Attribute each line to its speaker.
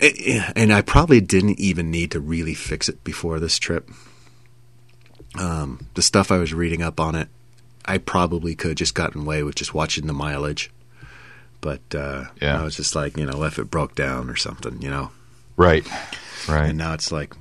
Speaker 1: Eh, and I probably didn't even need to really fix it before this trip. Um, the stuff I was reading up on it, I probably could have just gotten away with just watching the mileage. But uh,
Speaker 2: Yeah.
Speaker 1: I was just like, you know, if it broke down or something, you know.
Speaker 2: Right. Right.
Speaker 1: And now it's like,